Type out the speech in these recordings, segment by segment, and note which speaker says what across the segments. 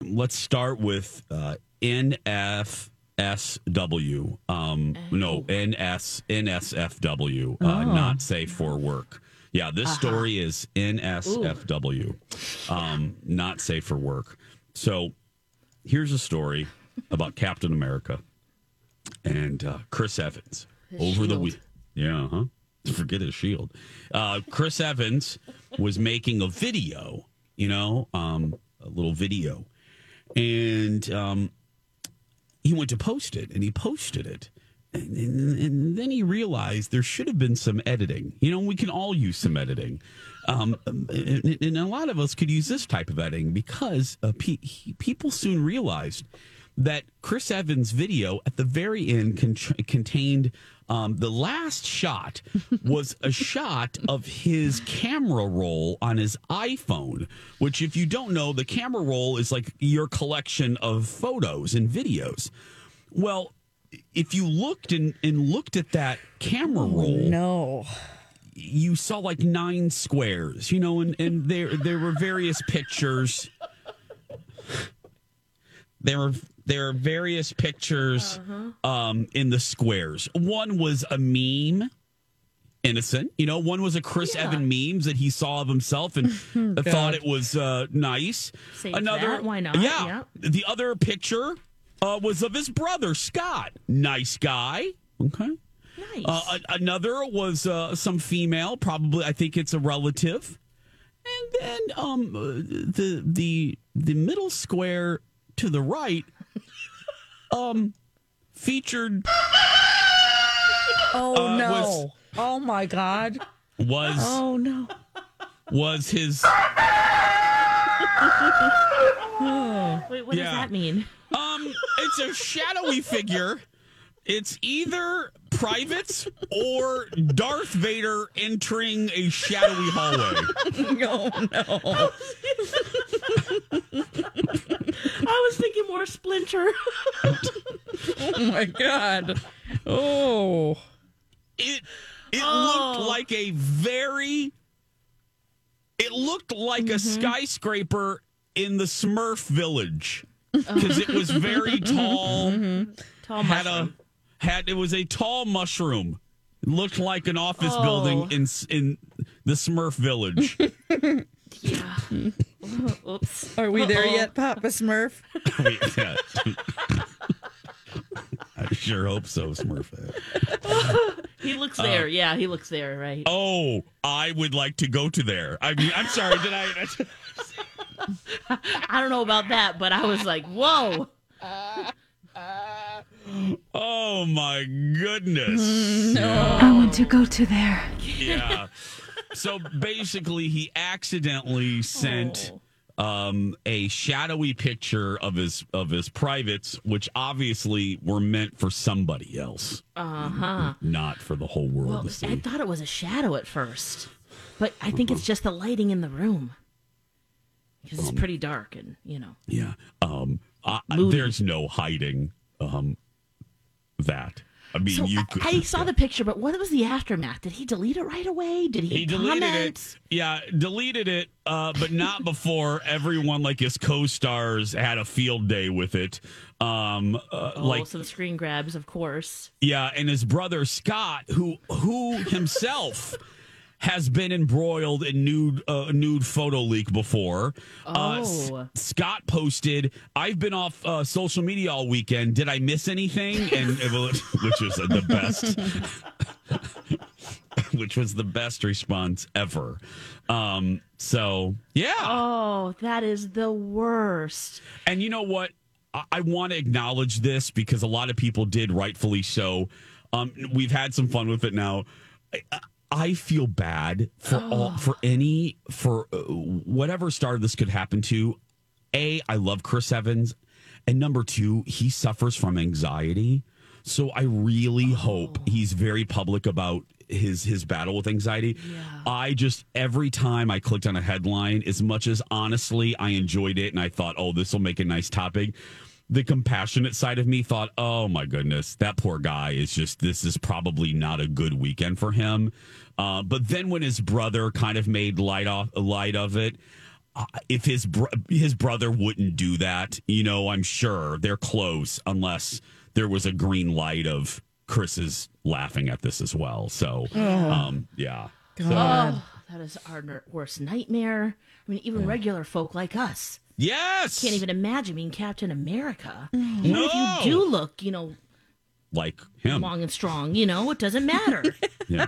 Speaker 1: let's start with uh, NFSW. Um, No, NS, NSFW, uh, not safe for work. Yeah, this story is NSFW, um, not safe for work. So here's a story about Captain America and uh, Chris Evans over the
Speaker 2: shield.
Speaker 1: week. Yeah, huh? Forget his shield. Uh, Chris Evans was making a video, you know, um, a little video, and um, he went to post it, and he posted it. And, and, and then he realized there should have been some editing. You know, we can all use some editing. Um, and, and a lot of us could use this type of editing because uh, pe- he, people soon realized that Chris Evans' video at the very end con- contained um, the last shot was a shot of his camera roll on his iPhone, which, if you don't know, the camera roll is like your collection of photos and videos. Well, if you looked and, and looked at that camera roll,
Speaker 2: No.
Speaker 1: you saw like nine squares, you know, and, and there there were various pictures. There were there are various pictures
Speaker 3: Uh-huh.
Speaker 1: um, in the squares. One was a meme, innocent, you know. One was a Chris Evan memes that he saw of himself and thought it was uh, nice.
Speaker 3: Save that, why not?
Speaker 1: Yeah. The other picture uh, was of his brother Scott, nice guy. Okay.
Speaker 3: Nice.
Speaker 1: Uh, a- another was uh, some female, probably. I think it's a relative. And then um, uh, the the the middle square to the right um, featured
Speaker 2: Oh
Speaker 1: Uh,
Speaker 2: no.
Speaker 1: was-
Speaker 2: Oh my god.
Speaker 1: was
Speaker 2: Oh no.
Speaker 1: was his.
Speaker 3: Wait,
Speaker 1: uh,
Speaker 3: what
Speaker 1: yeah.
Speaker 3: does that mean?
Speaker 1: Um, it's a shadowy figure. It's either privates or Darth Vader entering a shadowy hallway.
Speaker 2: No, no.
Speaker 3: I was thinking more Splinter.
Speaker 2: Oh my god. Oh.
Speaker 1: it it looked like a very it looked like a skyscraper in the smurf village because it was very tall
Speaker 3: Tall
Speaker 1: had a
Speaker 3: mushroom.
Speaker 1: had it was a tall mushroom It looked like an office building in s- in the smurf village
Speaker 3: Oops.
Speaker 2: Are we there yet, Papa Smurf?
Speaker 1: I mean, yeah. I sure hope so, Smurf.
Speaker 3: He looks there. yeah, he looks there, right?
Speaker 1: Uh, Oh, I would like to go to there. I mean, I'm sorry. Did I?
Speaker 3: I don't know about that, but I was like, whoa.
Speaker 1: Oh my goodness.
Speaker 4: I want to go to there.
Speaker 1: Yeah. So basically, he accidentally sent
Speaker 3: Oh.
Speaker 1: um, a shadowy picture of his of his privates, which obviously were meant for somebody else,
Speaker 3: Uh huh.
Speaker 1: not for the whole world
Speaker 3: Well,
Speaker 1: to
Speaker 3: I
Speaker 1: see.
Speaker 3: thought it was a shadow at first, but I think it's just the lighting in the room because
Speaker 1: Um,
Speaker 3: it's pretty dark and you know.
Speaker 1: Yeah. Um. I, I-
Speaker 3: Moody.
Speaker 1: there's no hiding. Um. That. I mean,
Speaker 3: So
Speaker 1: you.
Speaker 3: I,
Speaker 1: could-
Speaker 3: I saw the picture, but what was the aftermath? Did he delete it right away? Did he,
Speaker 1: He deleted
Speaker 3: comment?
Speaker 1: it. Yeah, deleted it, uh, but not before everyone, like his co-stars, had a field day with it. Um, uh,
Speaker 3: Oh,
Speaker 1: like
Speaker 3: some screen grabs, of course.
Speaker 1: Yeah, and his brother Scott, who who himself has been embroiled in nude uh, nude photo leak before. Uh, S-
Speaker 3: Oh.
Speaker 1: Scott posted, "I've been off uh, social media all weekend. Did I miss anything?" And which was the best, which was the best response ever. Um, so yeah.
Speaker 3: Oh, that is the worst.
Speaker 1: And you know what? I, I want to acknowledge this because a lot of people did, rightfully so. Um, we've had some fun with it now. I, I feel bad for all, for any for uh, whatever star this could happen to. A, I love Chris Evans, and number two, he suffers from anxiety. So I really hope he's very public about his his battle with anxiety. I just every time I clicked on a headline, as much as honestly I enjoyed it and I thought, oh, this will make a nice topic. The compassionate side of me thought, oh my goodness, that poor guy is just this is probably not a good weekend for him. Uh, but then when his brother kind of made light off light of it, uh, if his br- his brother wouldn't do that, you know, I'm sure they're close unless there was a green light of Chris is laughing at this as well. So, um, yeah.
Speaker 3: Oh, that is our worst nightmare. I mean, even regular folk like us
Speaker 1: Yes.
Speaker 3: can't even imagine being Captain America. Even
Speaker 1: Mm. No.
Speaker 3: if you do look, you know,
Speaker 1: like him.
Speaker 3: long and strong, you know, it doesn't matter.
Speaker 1: Yeah.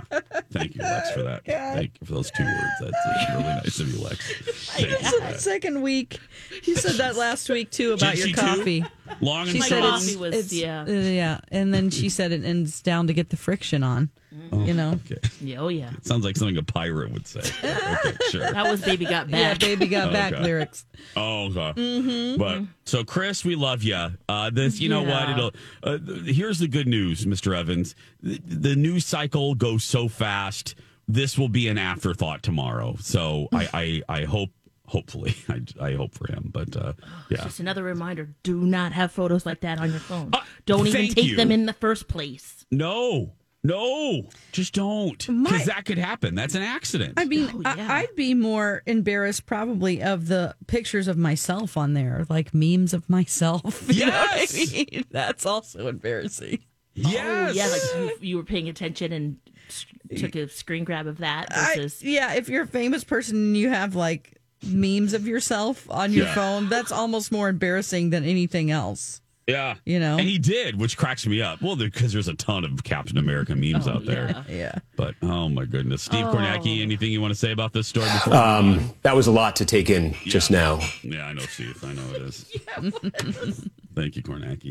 Speaker 1: Thank you, Lex, for that. Thank you for those two words. That's uh, really nice of you, Lex. Thank you for that.
Speaker 2: Second week. You said that last week too about
Speaker 1: Did
Speaker 2: your
Speaker 1: she too?
Speaker 2: coffee.
Speaker 1: Long and
Speaker 2: She
Speaker 3: My
Speaker 2: said
Speaker 1: strong.
Speaker 2: it's,
Speaker 3: coffee was-
Speaker 2: it's-
Speaker 3: yeah.
Speaker 2: uh, yeah, and then she said it ends down to get the friction on.
Speaker 3: Mm-hmm.
Speaker 2: You know,
Speaker 1: Okay.
Speaker 3: yeah, oh, yeah.
Speaker 1: Sounds like something a pirate would say. Okay, sure.
Speaker 3: That was Baby Got
Speaker 2: yeah,
Speaker 3: Back.
Speaker 2: baby got back
Speaker 1: God.
Speaker 2: lyrics.
Speaker 1: Oh god.
Speaker 2: Mm-hmm.
Speaker 1: But so Chris, we love you. Uh this you know what
Speaker 3: Yeah.
Speaker 1: it'll uh, th- here's the good news, Mr. Evans. The, the news cycle goes so fast. This will be an afterthought tomorrow. So I I, I hope hopefully I, I hope for him, but uh
Speaker 2: Oh.
Speaker 1: yeah.
Speaker 3: Just another reminder do not have photos like that on your phone. Don't even
Speaker 1: Uh, thank
Speaker 3: take
Speaker 1: you.
Speaker 3: them in the first place.
Speaker 1: No. No. Just don't. Cuz that could happen. That's an accident.
Speaker 2: I mean,
Speaker 3: Oh, yeah.
Speaker 2: I, I'd be more embarrassed probably of the pictures of myself on there, like memes of myself. You know what I
Speaker 1: Yes!
Speaker 2: mean? That's also embarrassing.
Speaker 1: yes.
Speaker 3: Yeah, like you, you were paying attention and s- took a screen grab of that
Speaker 2: I-
Speaker 3: versus.
Speaker 2: yeah, if you're a famous person and you have like memes of yourself on your
Speaker 1: Yeah.
Speaker 2: phone, that's almost more embarrassing than anything else.
Speaker 1: yeah.
Speaker 2: You know?
Speaker 1: And he did, which cracks me up. Well, because there's a ton of Captain America memes out there.
Speaker 3: yeah.
Speaker 2: Oh, Yeah.
Speaker 1: But oh my goodness, Steve Kornacki, anything you want to say about this story? Before?
Speaker 5: That was a lot to take in just now.
Speaker 1: yeah, I know, Steve. I know it is. Thank you, Kornacki.